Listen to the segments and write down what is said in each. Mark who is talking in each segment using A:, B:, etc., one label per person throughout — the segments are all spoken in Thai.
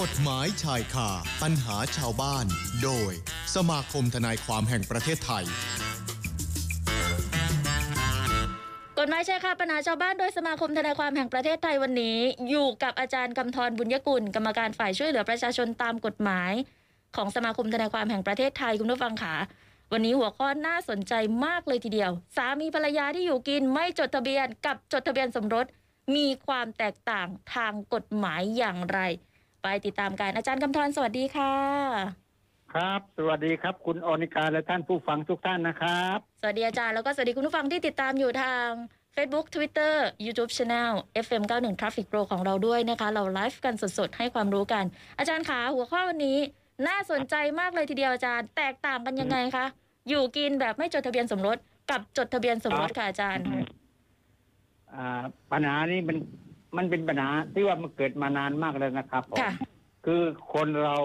A: กฎหมายชายคาปัญหาชาวบ้าน โดย สมาคมทนายความแห่งประเทศไทย
B: กฎหมายใช่ค่ะปัญหาชาวบ้านโดยสมาคมทนายความแห่งประเทศไทยวันนี้ อยู่กับอาจารย์กำธรบุญยกุล กรรมการฝ่ายช่วยเหลือประชาชนตามกฎหมาย ของสมาคมทนายความแห่งประเทศไทยคุณผู้ฟังค่ะวันนี้หัวข้อน่าสนใจมากเลยทีเดียว สามีภรรยาที่อยู่กินไม่จดทะเบียนกับจดทะเบียนสมรส มีความแตกต่างทางกฎหมายอย่างไร ไปติดตามกันอาจารย์กำธรสวัสดีค่ะ
C: ครับ สวัสดีครับ คุณอนิการและท่านผู้ฟังทุกท่านนะครับ
B: สวัสดีอาจารย์แล้วก็สวัสดีคุณผู้ฟังที่ติดตามอยู่ทาง Facebook Twitter YouTube Channel FM 91 Traffic Pro ของเราด้วยนะคะ เราไลฟ์กันสดๆ ให้ความรู้กัน อาจารย์ขาหัวข้อวันนี้ น่าสนใจมากเลยทีเดียวอาจารย์แตกต่างกันยังไงคะ อยู่กินแบบไม่จดทะเบียนสมรส กับจดทะเบียนสมรสค่ะอาจารย์
C: อ่าปัญหานี้มันมันเป็นปัญหาที่ว่ามันเกิดมานานมากแล้วนะครับผม
B: ค่ะ
C: คือคนเรา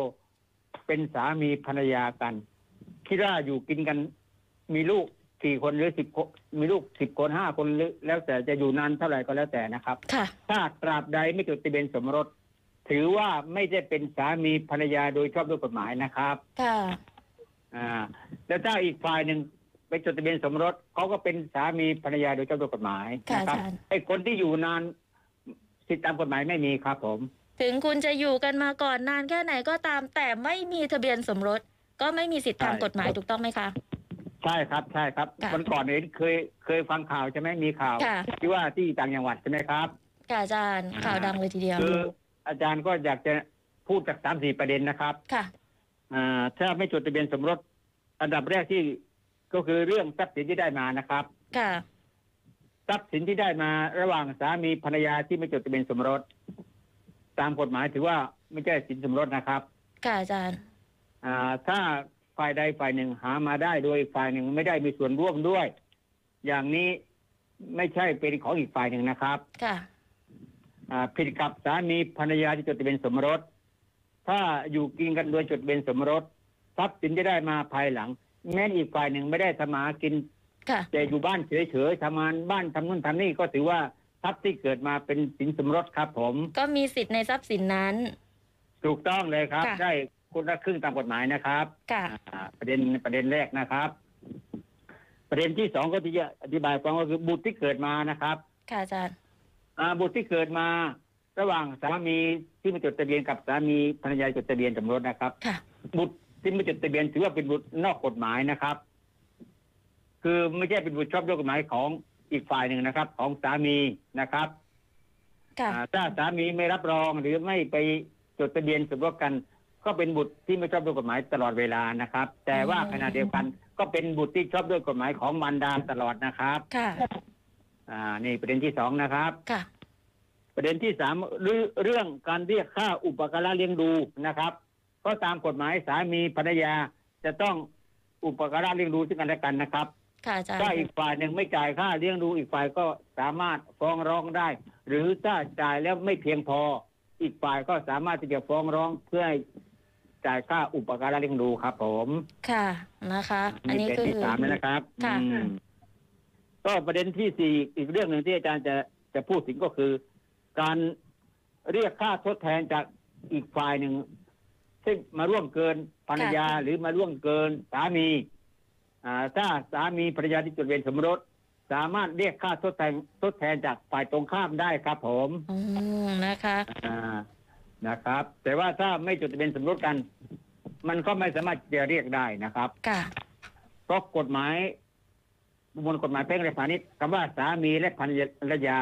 C: เป็นสามีภรรยากันคิดว่าอยู่กินกัน มีลูกสี่คนหรือสิบคนมีลูกสิบคนห้าคนหรือแล้วแต่จะอยู่นานเท่าไหร่ก็แล้วแต่นะครับ
B: ค่ะ
C: ถ้าตราบใดไม่จดทะเบียนสมรส ถือว่าไม่ได้เป็นสามีภรรยาโดยชอบด้วยกฎหมายนะครับ
B: ค่ะ
C: อ่าแล้วถ้าอีกฝ่ายหนึ่งไปจดทะเบียนสมรสเขาก็เป็นสามีภรรยาโดยเจ้าตัวกฎหมาย
B: ค่ะ
C: นะ
B: อาจารย์
C: ไอ้คนที่อยู่นานสิทธิตามกฎหมายไม่มีครับผม
B: ถึงคุณจะอยู่กันมาก่อนนานแค่ไหนก็ตาม แต่ไม่มีทะเบียนสมรส ก็ไม่มีสิทธิทางกฎหมายถูกต้องไหมคะ
C: ใช่ครับใช่ครับ
B: ค่ะ
C: วันก่อนเห็นเคยเคยฟังข่าวใช่ไหมมีข่าว
B: ค่ะ
C: ที่ว่าที่ต่างจังหวัดใช่ไหมครับ
B: ค่ะอาจารย์ข่าวดังเลยทีเดียว
C: คืออาจารย์ก็อยากจะพูดจากสามสี่ประเด็นนะครับ
B: ค่ะ
C: อ่าถ้าไม่จดทะเบียนสมรส อันดับแรกที่ก็คือเรื่องทรัพย์สินที่ได้มานะครับ
B: ค่ะ
C: ทรัพย์สินที่ได้มาระหว่างสามีภรรยาที่ไม่จดทะเบียนสมรส ตามกฎหมายถือว่าไม่ใช่สินสมรสนะครับ
B: ค่ะอาจารย์
C: อ่าถ้าฝ่ายใดฝ่ายหนึ่งหามาได้โดยอีกฝ่ายหนึ่งไม่ได้มีส่วนร่วมด้วย อย่างนี้ไม่ใช่เป็นของอีกฝ่ายหนึ่งนะครับ
B: ค่ะ
C: อ่าผิดกับสามีภรรยาที่จดทะเบียนสมรส ถ้าอยู่กินกันโดยจดทะเบียนสมรส ทรัพย์สินที่ได้มาภายหลัง แม้อีกฝ่ายหนึ่งไม่ได้ทำมาหากิน
B: ค่ะ
C: แต่อยู่บ้านเฉยๆทำงานบ้านทำนู่นทำนี่ก็ถือว่าทรัพย์ที่เกิดมาเป็นสินสมรสครับผม
B: ก็มีสิทธิ์ในทรัพย์สินนั้น
C: ถูกต้องเลยครับ
B: ค่ะ
C: ได้คนละครึ่งตามกฎหมายนะครับ
B: ค่ะ
C: อ่าประเด็นประเด็นแรกนะครับ ประเด็นที่สองก็ที่จะอธิบายฟังก็คือบุตรที่เกิดมานะครับ
B: ค่ะอาจารย์
C: อ่าบุตรที่เกิดมา ระหว่างสามีที่มาจดทะเบียนกับสามีภรรยาจดทะเบียนสมรสนะครับ
B: ค่ะ
C: บุตรที่ไม่จดทะเบียนถือว่าเป็นบุตรนอกกฎหมายนะครับ คือไม่ใช่เป็นบุตรชอบด้วยกฎหมายของอีกฝ่ายหนึ่งนะครับ ของสามีนะครับ
B: ค่ะ
C: อ่าถ้าสามีไม่รับรองหรือไม่ไปจดทะเบียนสมรสกัน ก็เป็นบุตรที่ไม่ชอบด้วยกฎหมายตลอดเวลานะครับ แต่ว่า
B: อืม
C: ขณะเดียวกัน ก็เป็นบุตรที่ชอบด้วยกฎหมายของมารดาตลอดนะครับ
B: ค่ะ
C: อ่า นี่ประเด็นที่สองนะครับ
B: ค่ะ
C: ประเด็นที่สามเรื่องเรื่องการเรียกค่าอุปการะเลี้ยงดูนะครับเพราะตามกฎหมายสามีภรรยาจะต้องอุปการะเลี้ยงดูซึ่งกันและกันนะครับ
B: ค่ะอาจารย์
C: ถ้าอีกฝ่ายหนึ่งไม่จ่ายค่าเลี้ยงดูอีกฝ่ายก็สามารถฟ้องร้องได้ หรือถ้าจ่ายแล้วไม่เพียงพอ อีกฝ่ายก็สามารถที่จะฟ้องร้องเพื่อให้จ่ายค่าอุปการะเลี้ยงดูครับ ผม
B: ค่ะ นะคะ อันนี้
C: ประ
B: คือ
C: เด็ที่สามนะครับ
B: ค่ะ
C: อืมก็ประเด็นที่สี่อีกเรื่องหนึ่งที่อาจารย์จะจะพูดถึงก็คือ การเรียกค่าทดแทนจากอีกฝ่ายหนึ่งซึ่งมาร่วมเกินภรรยาหรือมาร่วมเกินสามีอ่าถ้าสามีภรรยาที่จดทะเบียนสมรส สามารถเรียกค่าทดแทนทดแทนจากฝ่ายตรงข้ามได้ครับผม
B: อืมนะคะ
C: อ่านะครับ แต่ว่าถ้าไม่จดทะเบียนสมรสกัน มันก็ไม่สามารถจะเรียกได้นะครับ
B: ค่ะ
C: เพราะกฎหมายประมวลกฎหมายแพ่งและพาณิชย์คำว่าสามีและภรรยา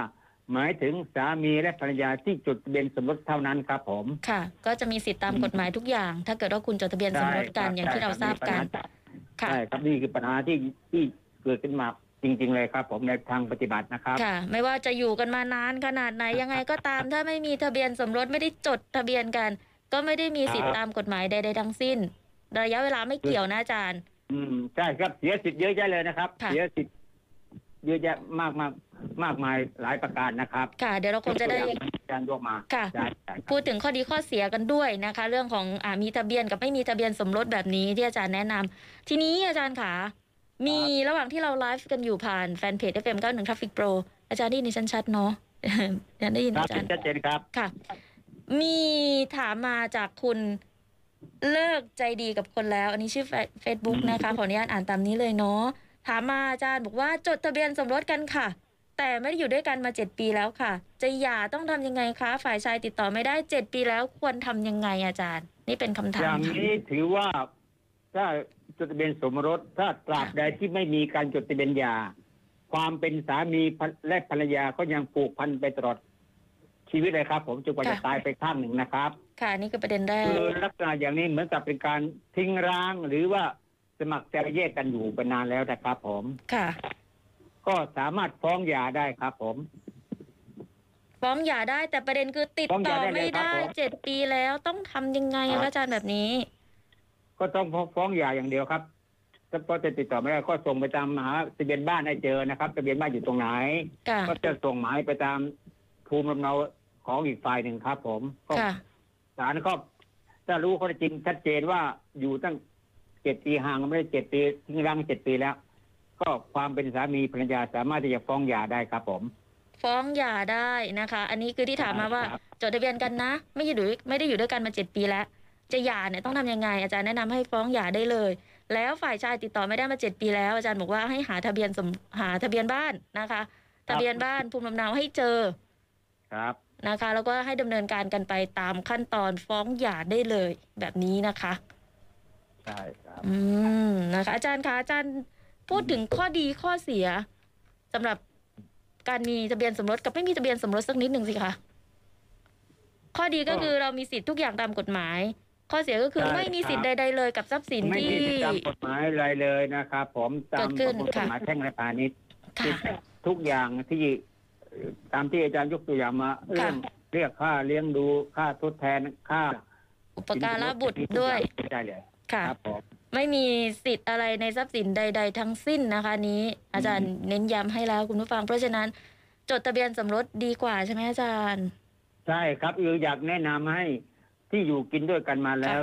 C: หมายถึงสามีและภรรยาที่จดทะเบียนสมรสเท่านั้นครับผม
B: ค่ะ ก็จะมีสิทธิ์ตามกฎหมายทุกอย่าง ถ้าเกิดว่าคุณจดทะเบียนสมรสกันอย่างที่เราทราบกัน ค่ะ
C: ใช่ครับนี่คือปัญหาที่ที่เกิดขึ้นมาจริง ๆ เลยครับ ผมในทางปฏิบัตินะครับ
B: ค่ะ ไม่ว่าจะอยู่กันมานานขนาดไหนยังไงก็ตาม ถ้าไม่มีทะเบียนสมรสไม่ได้จดทะเบียนกัน ก็ไม่ได้มีสิทธิ์ตามกฎหมายใดๆทั้งสิ้น ระยะเวลาไม่เกี่ยวนะอาจารย์
C: อืมใช่ครับเสียสิทธิ์เยอะแยะเลยนะครับ
B: ค่ะ
C: เสียสิทธิ์เยอะแยะมากมากมากมายหลายประการนะครับ
B: ค่ะ เดี๋ยวเราคงจะได้
C: ยกตัวอย่างที่อาจารย์ยกมา
B: ค่ะ
C: ใช่ใช่ครับ
B: พูดถึงข้อดีข้อเสียกันด้วยนะคะ เรื่องของอามีทะเบียนกับไม่มีทะเบียนสมรสแบบนี้ที่อาจารย์แนะนำทีนี้อาจารย์ขามีระหว่างที่เราไลฟ์กันอยู่ผ่านแฟนเพจ FM91 Traffic Pro อาจารย์ได้ยินดิฉันชัดเนาะ อาจารย์ได้ยิน
C: ครับ
B: อาจารย์
C: ชัดเจนครับ
B: ค่ะ มีถามมาจากคุณเลิกใจดีกับคนแล้ว อันนี้ชื่อเฟซบุ๊กนะคะ ขออนุญาตอ่านตามนี้เลยเนาะถามมาอาจารย์บอกว่าจดทะเบียนสมรสกันค่ะ แต่ไม่ได้อยู่ด้วยกันมาเจ็ดปีแล้วค่ะ จะหย่าต้องทำยังไงคะ ฝ่ายชายติดต่อไม่ได้เจ็ดปีแล้วควรทำยังไงอาจารย์ นี่เป็นคำถา
C: อย่าม งนี้ถือว่าถ้าจดทะเบียนสมรสถ้าตราบใดที่ไม่มีการจดทะเบียนหย่าความเป็นสามีและภรรยาก็ยังผูกพันไปตลอดชีวิตเลยครับ ผมจนกว่าจะตายไปข้างหนึ่งนะครับ
B: ค่ะ นี่คือประเด็นแรก
C: คือลักษณะอย่างนี้เหมือนกับเป็นการทิ้งร้าง หรือว่าสมัครใจแยกกันอยู่เป็นนานแล้วนะครับผม
B: ค่ะ
C: ก็สามารถฟ้องหย่าได้ครับผม
B: ฟ้องหย่าได้แต่ประเด็นคือติด
C: ฟ้องห
B: ต่
C: ย่า
B: อ
C: ได้
B: ไม่ได้
C: เลยครับผม
B: เจ็ดปีแล้วต้องทำยังไง
C: ครับ
B: อาจารย์แบบนี้
C: ก็ต้องฟ้องหย่าอย่างเดียวครับถ้าพอจะติดต่อไม่ได้ก็ส่งไปตามหาทะเบียนบ้านให้เจอนะครับทะเบียนบ้านอยู่ตรงไหน
B: ค่ะ
C: ก็จะส่งหมายไปตามภูมิลำเนาของอีกฝ่ายหนึ่งครับ ผมก็
B: ค่ะ
C: ศาลก็ถ้ารู้ข้อเท็จจริงชัดเจนว่าอยู่ตั้งเจ็ดปีห่างกันไม่ได้เจ็ดปีทิ้งร้างเจ็ดปีแล้ว ก็ความเป็นสามีภรรยาสามารถที่จะฟ้องหย่าได้ครับผม
B: ฟ้องหย่าได้นะคะ อันนี้คือที่ถามมาว่า
C: ครับ
B: จดทะเบียนกันนะ ไม่ได้อยู่ไม่ได้อยู่ด้วยกันมาเจ็ดปีแล้ว จะหย่าเนี่ยต้องทำยังไง อาจารย์แนะนำให้ฟ้องหย่าได้เลย แล้วฝ่ายชายติดต่อไม่ได้มาเจ็ดปีแล้ว อาจารย์บอกว่าให้หาทะเบียนสมหาทะเบียนบ้านนะคะ ทะเบียนบ้านภูมิลำเนาให้เจอ
C: ครับ
B: นะคะ แล้วก็ให้ดำเนินการกันไปตามขั้นตอนฟ้องหย่าได้เลย แบบนี้นะคะ
C: ใช่ครับ
B: อืมนะคะอาจารย์คะอาจารย์พูดถึงข้อดีข้อเสียสำหรับการมีทะเบียนสมรสกับไม่มีทะเบียนสมรสสักนิดหนึ่งสิคะข้อดีก็
C: ก็
B: คือเรามีสิทธิ์ทุกอย่างตามกฎหมาย ข้อเสียก็คือ
C: ใช่
B: ไม่มีสิทธิ์
C: ครับ
B: ใด ๆ เลยกับทรัพย์สิน
C: ไม่
B: ที่
C: มีสิทธิตามกฎหมายอะไรเลยนะครับผมตาม
B: เกิ
C: ป
B: ด
C: ระ
B: ขึ้
C: มวล
B: น
C: ก
B: ค่ะ
C: ฎหมายแพ่งและพาณิชย์
B: ค่ะ
C: ทุกอย่างที่เอ่อตามที่อาจารย์ยกตัวอย่างมาเรื่องเรียกค่าเลี้ยงดูค่าทดแทนค่า
B: อุปการะบุตรด้วย
C: ได้เลย
B: ค่ะ
C: ครับผม
B: ไม่มีสิทธิ์อะไรในทรัพย์สินใด ๆ ทั้งสิ้นนะคะอันนี้ อาจารย์เน้นย้ำให้แล้วคุณผู้ฟัง เพราะฉะนั้นจดทะเบียนสมรสดีกว่าใช่ไหมอาจารย์
C: ใช่ครับเอออยากแนะนำให้ที่อยู่กินด้วยกันมาแล้ว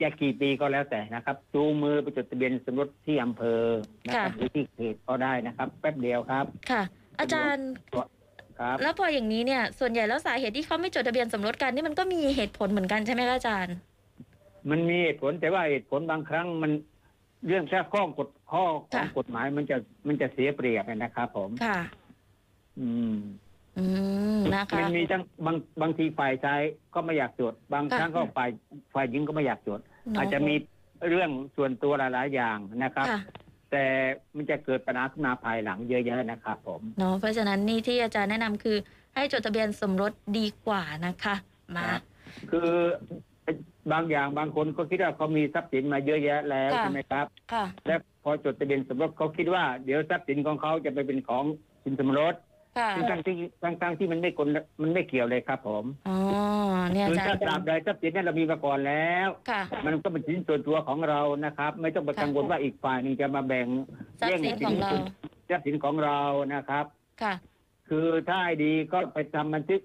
C: จะกี่ปีก็แล้วแต่นะครับจูงมือไปจดทะเบียนสมรสที่อำเภอนะครับ
B: ค่ะ
C: หรือที่เขตก็ได้นะครับ แป๊บเดียวครับ
B: ค่ะ อาจารย์
C: ครับ
B: แล้วพออย่างนี้เนี่ยส่วนใหญ่แล้วสาเหตุที่เขาไม่จดทะเบียนสมรสกันนี่มันก็มีเหตุผลเหมือนกันใช่ไหมคะอาจารย์
C: มันมีเหตุผลแต่ว่าเหตุผลบางครั้งมันเรื่องแค่ข้อกฎข้อของ
B: ค่ะ
C: กฎหมายมันจะมันจะเสียเปรียบนะครับ ผม
B: ค่ะ
C: อืม
B: อืมนะคะ
C: มันมีทั้งบางบางทีฝ่ายชายก็ไม่อยากจดบาง
B: ค่ะ
C: ครั้งก็ฝ่ายฝ่ายหญิงก็ไม่อยากจด
B: เน
C: อาจจะมีเรื่องส่วนตัวหลายๆอย่างนะครับ
B: ค่ะ
C: แต่มันจะเกิดปัญหาขึ้นมาภายหลังเยอะๆนะครับผม
B: เนาะเพราะฉะนั้นนี่ที่อาจารย์แนะนำคือ ให้จดทะเบียนสมรสดีกว่านะคะ มา
C: ครับ คือบางอย่างบางคนก็คิดว่าเขามีทรัพย์สินมาเยอะแยะแล้ว
B: ค่ะ
C: ใช่ไหมครับ
B: ค่ะ
C: และพอจดทะเบียนสมรสเขาคิดว่าเดี๋ยวทรัพย์สินของเขาจะไปเป็นของสินสมรส
B: ค่ะ
C: ซึ่งทั้งที่ทั้งทั้งที่มันไม่คนมันไม่เกี่ยวเลยครับผม
B: อ๋อเนี่ย
C: คื
B: อา
C: อ
B: จาร
C: ถ้า
B: ย์
C: ตราบใดทรัพย์สินนั้นเรามีมาก่อนแล้ว
B: ค่ะ
C: มันก็เป็นสินส่วนตัวของเรานะครับ ไม่ต้องไปกังวลว่าอีกฝ่ายหนึ่งจะมาแบ่ง
B: ทรัพย์สินของเรา
C: ทรัพย์สินของเรานะครับ
B: ค่ะ
C: คือถ้าให้ดีก็ไปทำบันทึก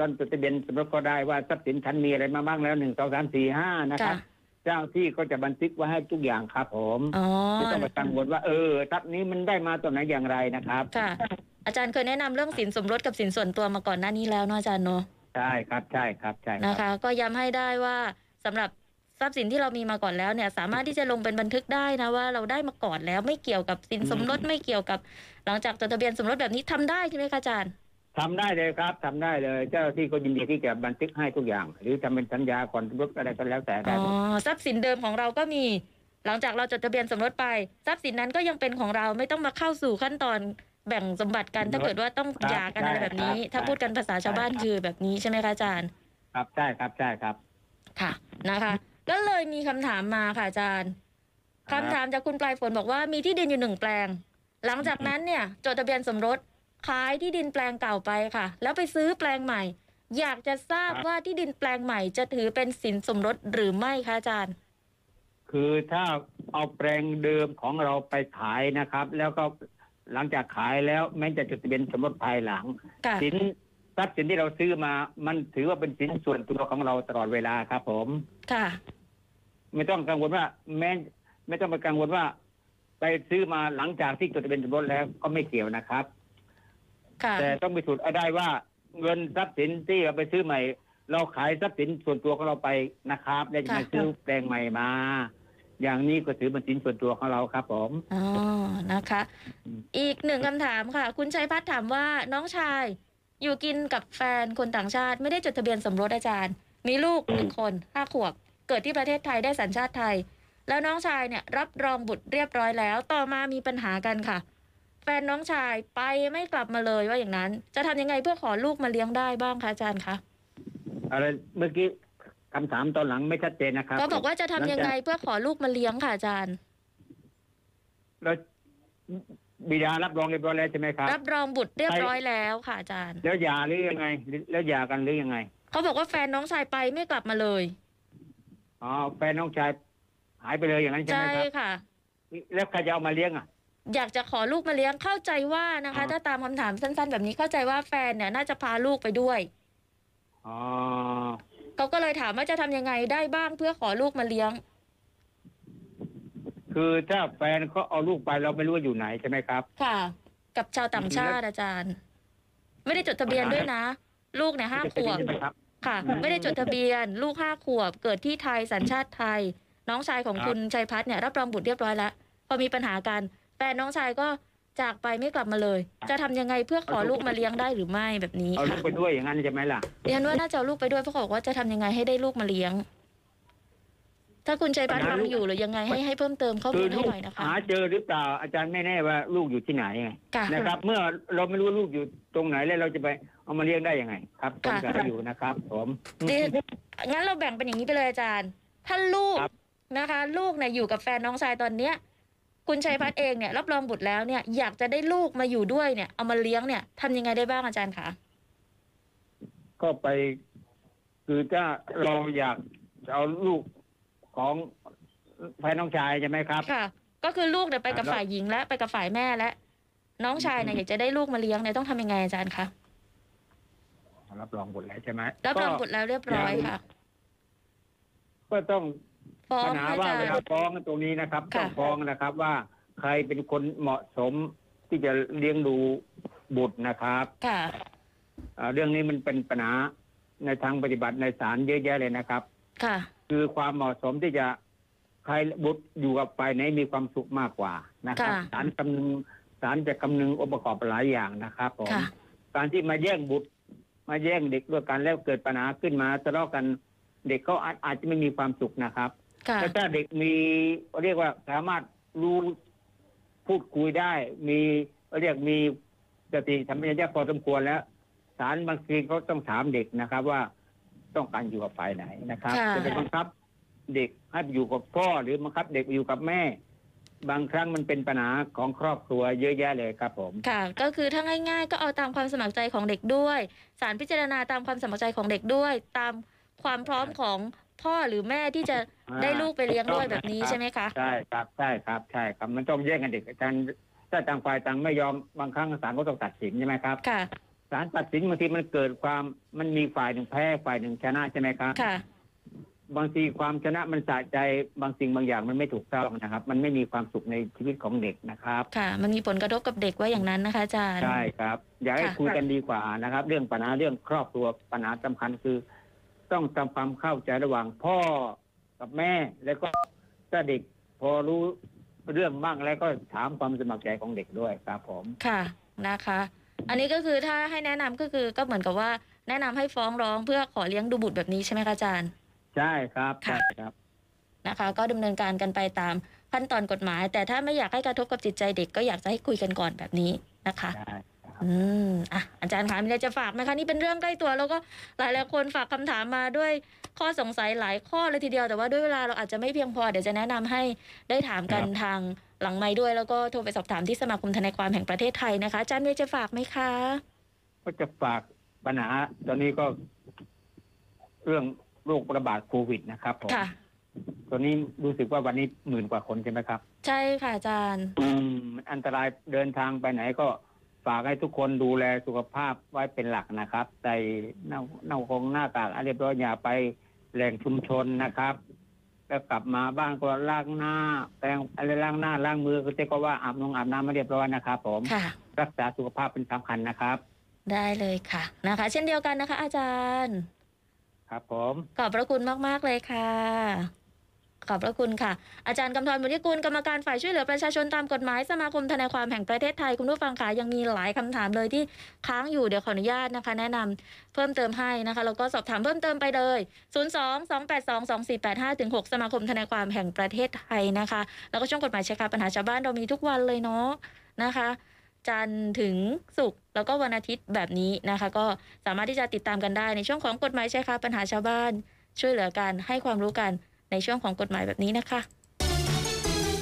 C: ตอนจดทะเบียนสมรสก็ได้ว่าทรัพย์สินฉันมีอะไรมาบ้างแล้วหนึ่งสองสามสี่ห้านะครับ
B: ค่ะ
C: เจ้าที่ก็จะบันทึกไว้ให้ทุกอย่างครับผม
B: อ๋อ
C: ไม่ต้องไปกังวลว่าเออทรัพย์นี้มันได้มาตอนไหนอย่างไรนะครับ
B: ค่ะ อาจารย์เคยแนะนำเรื่องสินสมรสกับสินส่วนตัวมาก่อนหน้านี้แล้วเนาะอาจารย์เนาะ
C: ใช่ครับใช่ครับใช่ค
B: นะ
C: รับ
B: คะก็ย้ำให้ได้ว่าสำหรับทรัพย์สินที่เรามีมาก่อนแล้วเนี่ยสามารถที่จะลงเป็นบันทึกได้นะว่าเราได้มาก่อนแล้วไม่เกี่ยวกับสินสมรสไม่เกี่ยวกับ หลังจากจดทะเบียนสมรสแบบนี้ทำได้ใช่ไหมคะอาจารย์
C: ทำได้เลยครับทำได้เลย เจ้าที่ก็ยินดีที่จะบันทึกให้ทุกอย่าง หรือทำเป็นสัญญาก่อนสมรสอะไรก็แล้วแต่ได้
B: อ๋อ
C: หมด
B: ทรัพย์สินเดิมของเราก็มี หลังจากเราจดทะเบียนสมรสไป ทรัพย์สินนั้นก็ยังเป็นของเราไม่ต้องมาเข้าสู่ขั้นตอนแบ่งสมบัติกันถ้าเกิดว่าต้องหย่ากันอะไรแบบนี้ ถ้าพูดกันภาษาชาวบ้านคือแบบนี้ใช่ไหมคะอาจารย์
C: ครับใช่ครับใช่ครับ
B: ค่ะนะคะ ก็เลยมีคำถามมาค่ะอาจารย์
C: ครั
B: คำ
C: บ
B: ถามจากคุณปลายฝนบอกว่ามีที่ดินอยู่หนึ่งแปลง หลังจากนั้นเนี่ยจดทะเบียนสมรสขายที่ดินแปลงเก่าไปค่ะ แล้วไปซื้อแปลงใหม่ อยากจะทราบว่าที่ดินแปลงใหม่ จะถือเป็นสินสมรสหรือไม่คะอาจารย์
C: คือถ้าเอาแปลงเดิมของเราไปขายนะครับ แล้วก็หลังจากขายแล้วแม้จะจดทะเบียนสมรสภายหลัง
B: ค่ะ
C: สินทรัพย์สินที่เราซื้อมา มันถือว่าเป็นสินส่วนตัวของเราตลอดเวลาครับ ผม
B: ค่ะ
C: ไม่ต้องกังวลว่า แม้ไม่ต้องไปกังวลว่า ไปซื้อมาหลังจากที่จดทะเบียนสมรสแล้วก็ไม่เกี่ยวนะครับ
B: ค่ะ
C: แต่ต้องพิสูจน์เอาได้ว่าเงินทรัพย์สินที่เราไปซื้อใหม่ เราขายทรัพย์สินส่วนตัวของเราไปนะครับแล้วจะมา
B: ค่ะ
C: ซื้อแปลงใหม่มา อย่างนี้ก็ถือเป็นสินส่วนตัวของเราครับผม
B: อ๋อนะคะ อีกหนึ่งคำถามค่ะ คุณชัยพัฒน์ถามว่าน้องชาย อยู่กินกับแฟนคนต่างชาติ ไม่ได้จดทะเบียนสมรสอาจารย์ มีลูกหนึ่งคนห้าขวบ เกิดที่ประเทศไทยได้สัญชาติไทย แล้วน้องชายเนี่ยรับรองบุตรเรียบร้อยแล้ว ต่อมามีปัญหากันค่ะ แฟนน้องชายไปไม่กลับมาเลยว่าอย่างนั้น จะทำยังไงเพื่อขอลูกมาเลี้ยงได้บ้างคะอาจารย์คะ
C: อะไรเมื่อกี้คำถามตอนหลังไม่ชัดเจนนะครับ
B: ก็บอกว่าจะทำยังไงเพื่อขอลูกมาเลี้ยงค่ะอาจารย์
C: เราบิดารับรองเรียบร้อยแล้วใช่ไหมครับ
B: รับรองบุตรเรียบร้อยแล้วค่ะอาจารย์
C: แล้วหย่าหรือยังไงหรือแล้วหย่ากันหรือยังไง
B: เขาบอกว่าแฟนน้องชายไปไม่กลับมาเลย
C: อ๋อแฟนน้องชายหายไปเลยอย่างนั้นใช่ไห
B: ใช่
C: มครับ
B: ค่ะ
C: แล้วใครจะเอามาเลี้ยงอ่ะ
B: อยากจะขอลูกมาเลี้ยงเข้าใจว่านะคะ
C: อ๋อ
B: ถ้าตามคำถามสั้น ๆ แบบนี้เข้าใจว่าแฟนเนี่ยน่าจะพาลูกไปด้วย
C: อ๋อ
B: เขาก็เลยถามว่าจะทำยังไงได้บ้างเพื่อขอลูกมาเลี้ยง
C: คือถ้าแฟนเขาเอาลูกไปเราไม่รู้ว่าอยู่ไหนใช่ไหมครับ
B: ค่ะ กับชาวต่างชาติอาจารย์ ไม่ได้จดทะเบียนด้วยนะ ลูกเนี่ยห้า
C: จะ
B: ข
C: เป็น
B: ว
C: อย่า
B: บ
C: งนี้ไหมครับ
B: ค่ะ ไม่ได้จดทะเบียน ลูกห้าขวบ เกิดที่ไทยสัญชาติไทย น้องชายของ
C: ครับ
B: คุณชัยพัฒน์เนี่ยรับรองบุตรเรียบร้อยแล้วพอมีปัญหากันแฟนน้องชายก็จากไปไม่กลับมาเลย จะทำยังไงเพื่อขอลูกมาเลี้ยงได้หรือไม่แบบนี้
C: เอาลู
B: ค่ะ
C: กไปด้วยอย่างนั้นใช่ไหมล่ะ
B: ดิฉันว่าน่าจะเอาลูกไปด้วยเพราะเขาบอกว่าจะทำยังไงให้ได้ลูกมาเลี้ยง ถ้าคุณชัยพัฒน์
C: ปัญหา
B: ฟัง
C: ลูก
B: อยู่หรือยังไงให้ให้เพิ่มเติมข้อ
C: คื
B: มูล
C: อ
B: ให้
C: ลูก
B: หน่อยนะคะ
C: หาเจอหรือเปล่าอาจารย์ไม่แน่ว่าลูกอยู่ที่ไหนไง
B: ค่ะ
C: นะครับ เมื่อเราไม่รู้ว่าลูกอยู่ตรงไหนแล้วเราจะไปเอามาเลี้ยงได้ยังไง ครับสงสัย
B: ค่ะ
C: อยู่นะครับ ผม
B: ดิงั้นเราแบ่งเป็นอย่างนี้ไปเลยอาจารย์ ถ้าลูก
C: ครับ
B: นะคะ ลูกเนี่ยอยู่กับแฟนน้องชายตอนเนี้ย คุณชัยพัฒน์เองเนี่ยรับรองบุตรแล้วเนี่ยอยากจะได้ลูกมาอยู่ด้วยเนี่ยเอามาเลี้ยงเนี่ยทำยังไงได้บ้างอาจารย์คะ
C: ก็ไป คือถ้าเราอยากจะเอาลูกของแฟนน้องชายใช่ไหมครับ
B: ค่ะ ก็คือลูกเนี่ยไปกับ
C: ครับ
B: ฝ่ายหญิงและไปกับฝ่ายแม่และ น้องชายเนี่ยอยากจะได้ลูกมาเลี้ยงเนี่ยต้องทำยังไงอาจารย์คะ
C: รับรองบุตรแล้วใช่ไหม
B: รับรองบุตรแล้วเรียบร้อยค่ะ
C: ก็ก็ต้อง
B: ฟ้อง
C: ปัญหา
B: อา
C: ว่า
B: จาร
C: เว
B: ย์
C: ลาฟ้องตรงนี้นะครับ
B: ค่ะ
C: ต้องฟ้องนะครับว่าใครเป็นคนเหมาะสมที่จะเลี้ยงดูบุตรนะครับ
B: ค่ะ
C: อ่าเรื่องนี้มันเป็นปัญหาในทางปฏิบัติในศาลเยอะแยะเลยนะครับ
B: ค่ะ
C: คือความเหมาะสมที่จะใครบุตรอยู่กับฝ่ายไหนมีความสุขมากกว่านะครับ
B: ค่ะ
C: ศาลคำนึงศาลจะคำนึงองค์ประกอบหลายอย่างนะครับผม
B: ค่ะ
C: การที่มาแย่งบุตร มาแย่งเด็กด้วยกันแล้วเกิดปัญหาขึ้นมาทะเลาะกันเด็กก็อาจอาจจะไม่มีความสุขนะครับ
B: ค่ะ
C: แล้วถ้าเด็กมีเรียกว่าสามารถรู้พูดคุยได้ มีเรียกมีสติสัมปชัญญะพอสมควรแล้วศาลบางทีเขาต้องถามเด็กนะครับ ว่าต้องการอยู่กับฝ่ายไหนนะครับ
B: ค่ะ
C: จะไปบังคับ เด็กให้อยู่กับพ่อหรือบังคับ เด็กอยู่กับแม่ บางครั้งมันเป็นปัญหาของครอบครัวเยอะแยะเลยครับผม
B: ค่ะ ก็คือถ้าง่าย ๆ ก็เอาตามความสมัครใจของเด็กด้วย สารพิจารณาตามความสมัครใจของเด็กด้วย ตามความพร้อมของพ่อหรือแม่ที่จะได้ลูกไปเลี้ยงด้วยแบบนี้ใช่ไหมคะ
C: ใช่ครับใช่ครับใช่ครับ มันต้องแย่งกันเด็กกันถ้าต่างฝ่ายต่างไม่ยอมบางครั้งศาลก็ต้องตัดสินใช่ไหมครับ
B: ค่ะ
C: ศาลตัดสินบางทีมันเกิดความมันมีฝ่ายหนึ่งแพ้ฝ่ายหนึ่งชนะใช่ไหมครับ
B: ค่ะ
C: บางทีความชนะมันสะใจบางสิ่งบางอย่างมันไม่ถูกต้องนะครับ มันไม่มีความสุขในชีวิตของเด็กนะครับ
B: ค่ะ มันมีผลกระทบกับเด็กว่าอย่างนั้นนะคะอาจารย์
C: ใช่ครับ อยากให้
B: ค่ะ
C: คุยกันดีกว่านะครับ เรื่องปัญหาเรื่องครอบครัวปัญหาสำคัญคือ ต้องทำความเข้าใจระหว่างพ่อกับแม่ แล้วก็ถ้าเด็กพอรู้เรื่องบ้างแล้วก็ถามความสมัครใจของเด็กด้วยครับผม
B: ค่ะนะคะ อันนี้ก็คือถ้าให้แนะนำก็คือก็เหมือนกับว่าแนะนำให้ฟ้องร้องเพื่อขอเลี้ยงดูบุตรแบบนี้ใช่ไหมคะอาจารย์
C: ใช่ครับ
B: ค่ะ
C: ใช่ครับ
B: นะคะก็ดำเนินการกันไปตามขั้นตอนกฎหมาย แต่ถ้าไม่อยากให้กระทบกับจิตใจเด็กก็อยากจะให้คุยกันก่อนแบบนี้นะคะ
C: ใช่
B: อืมอ่ะอาจารย์คะมีอะไรจะฝากไหมคะ นี่เป็นเรื่องใกล้ตัวแล้วก็หลายหลายๆคนฝากคำถามมาด้วยข้อสงสัยหลายข้อเลยทีเดียวแต่ว่าด้วยเวลาเราอาจจะไม่เพียงพอ เดี๋ยวจะแนะนำให้ได้ถามกัน
C: ครับ
B: ทางหลังไม้ด้วย แล้วก็โทรไปสอบถามที่สมาคมทนายความแห่งประเทศไทยนะคะอาจารย์มีอะไรจะฝากไหมคะ
C: ก็จะฝากปัญหาตอนนี้ก็ เรื่องโรคระบาดโควิดนะครับผม
B: ค่ะ
C: ตอนนี้รู้สึกว่าวันนี้หมื่นกว่าคนใช่ไหมครับ
B: ใช่ค่ะอาจารย์
C: อืมมันอันตรายเดินทางไปไหนก็ฝากให้ทุกคนดูแลสุขภาพไว้เป็นหลักนะครับใส่หน้าหน้าคงหน้ากากอะไรเรียบร้อยอย่าไปแหล่งชุมชนนะครับ แล้วกลับมาบ้านก็ล้างหน้า แปรงอะไรล้างหน้าล้างมือก็เจ๊ก็ว่าอาบน้ำอาบน้ำมาเรียบร้อยนะครับผม
B: ค่ะ
C: รักษาสุขภาพเป็นสำคัญนะครับ
B: ได้เลยค่ะนะคะ เช่นเดียวกันนะคะ อาจารย์
C: ครับผม
B: ขอบพระคุณมาก ๆ เลยค่ะ ขอบพระคุณค่ะ อาจารย์กำธรบุญยกุลกรรมการฝ่ายช่วยเหลือประชาชนตามกฎหมายสมาคมทนายความแห่งประเทศไทย คุณผู้ฟังคะยังมีหลายคำถามเลยที่ค้างอยู่เดี๋ยวขออนุญาตนะคะ แนะนำเพิ่มเติมให้นะคะแล้วก็สอบถามเพิ่มเติมไปเลย 0 2 2 8 2 2 4 8 5ถึง6สมาคมทนายความแห่งประเทศไทยนะคะ แล้วก็ช่วงกฎหมายเช็คค่ะปัญหาชาวบ้านเรามีทุกวันเลยเนาะนะคะ จันทร์ถึงศุกร์แล้วก็วันอาทิตย์แบบนี้นะคะ ก็สามารถที่จะติดตามกันได้ในช่วงของกฎหมายใช่ค่ะปัญหาชาวบ้าน ช่วยเหลือกันให้ความรู้กันในช่วงของกฎหมายแบบนี้นะคะ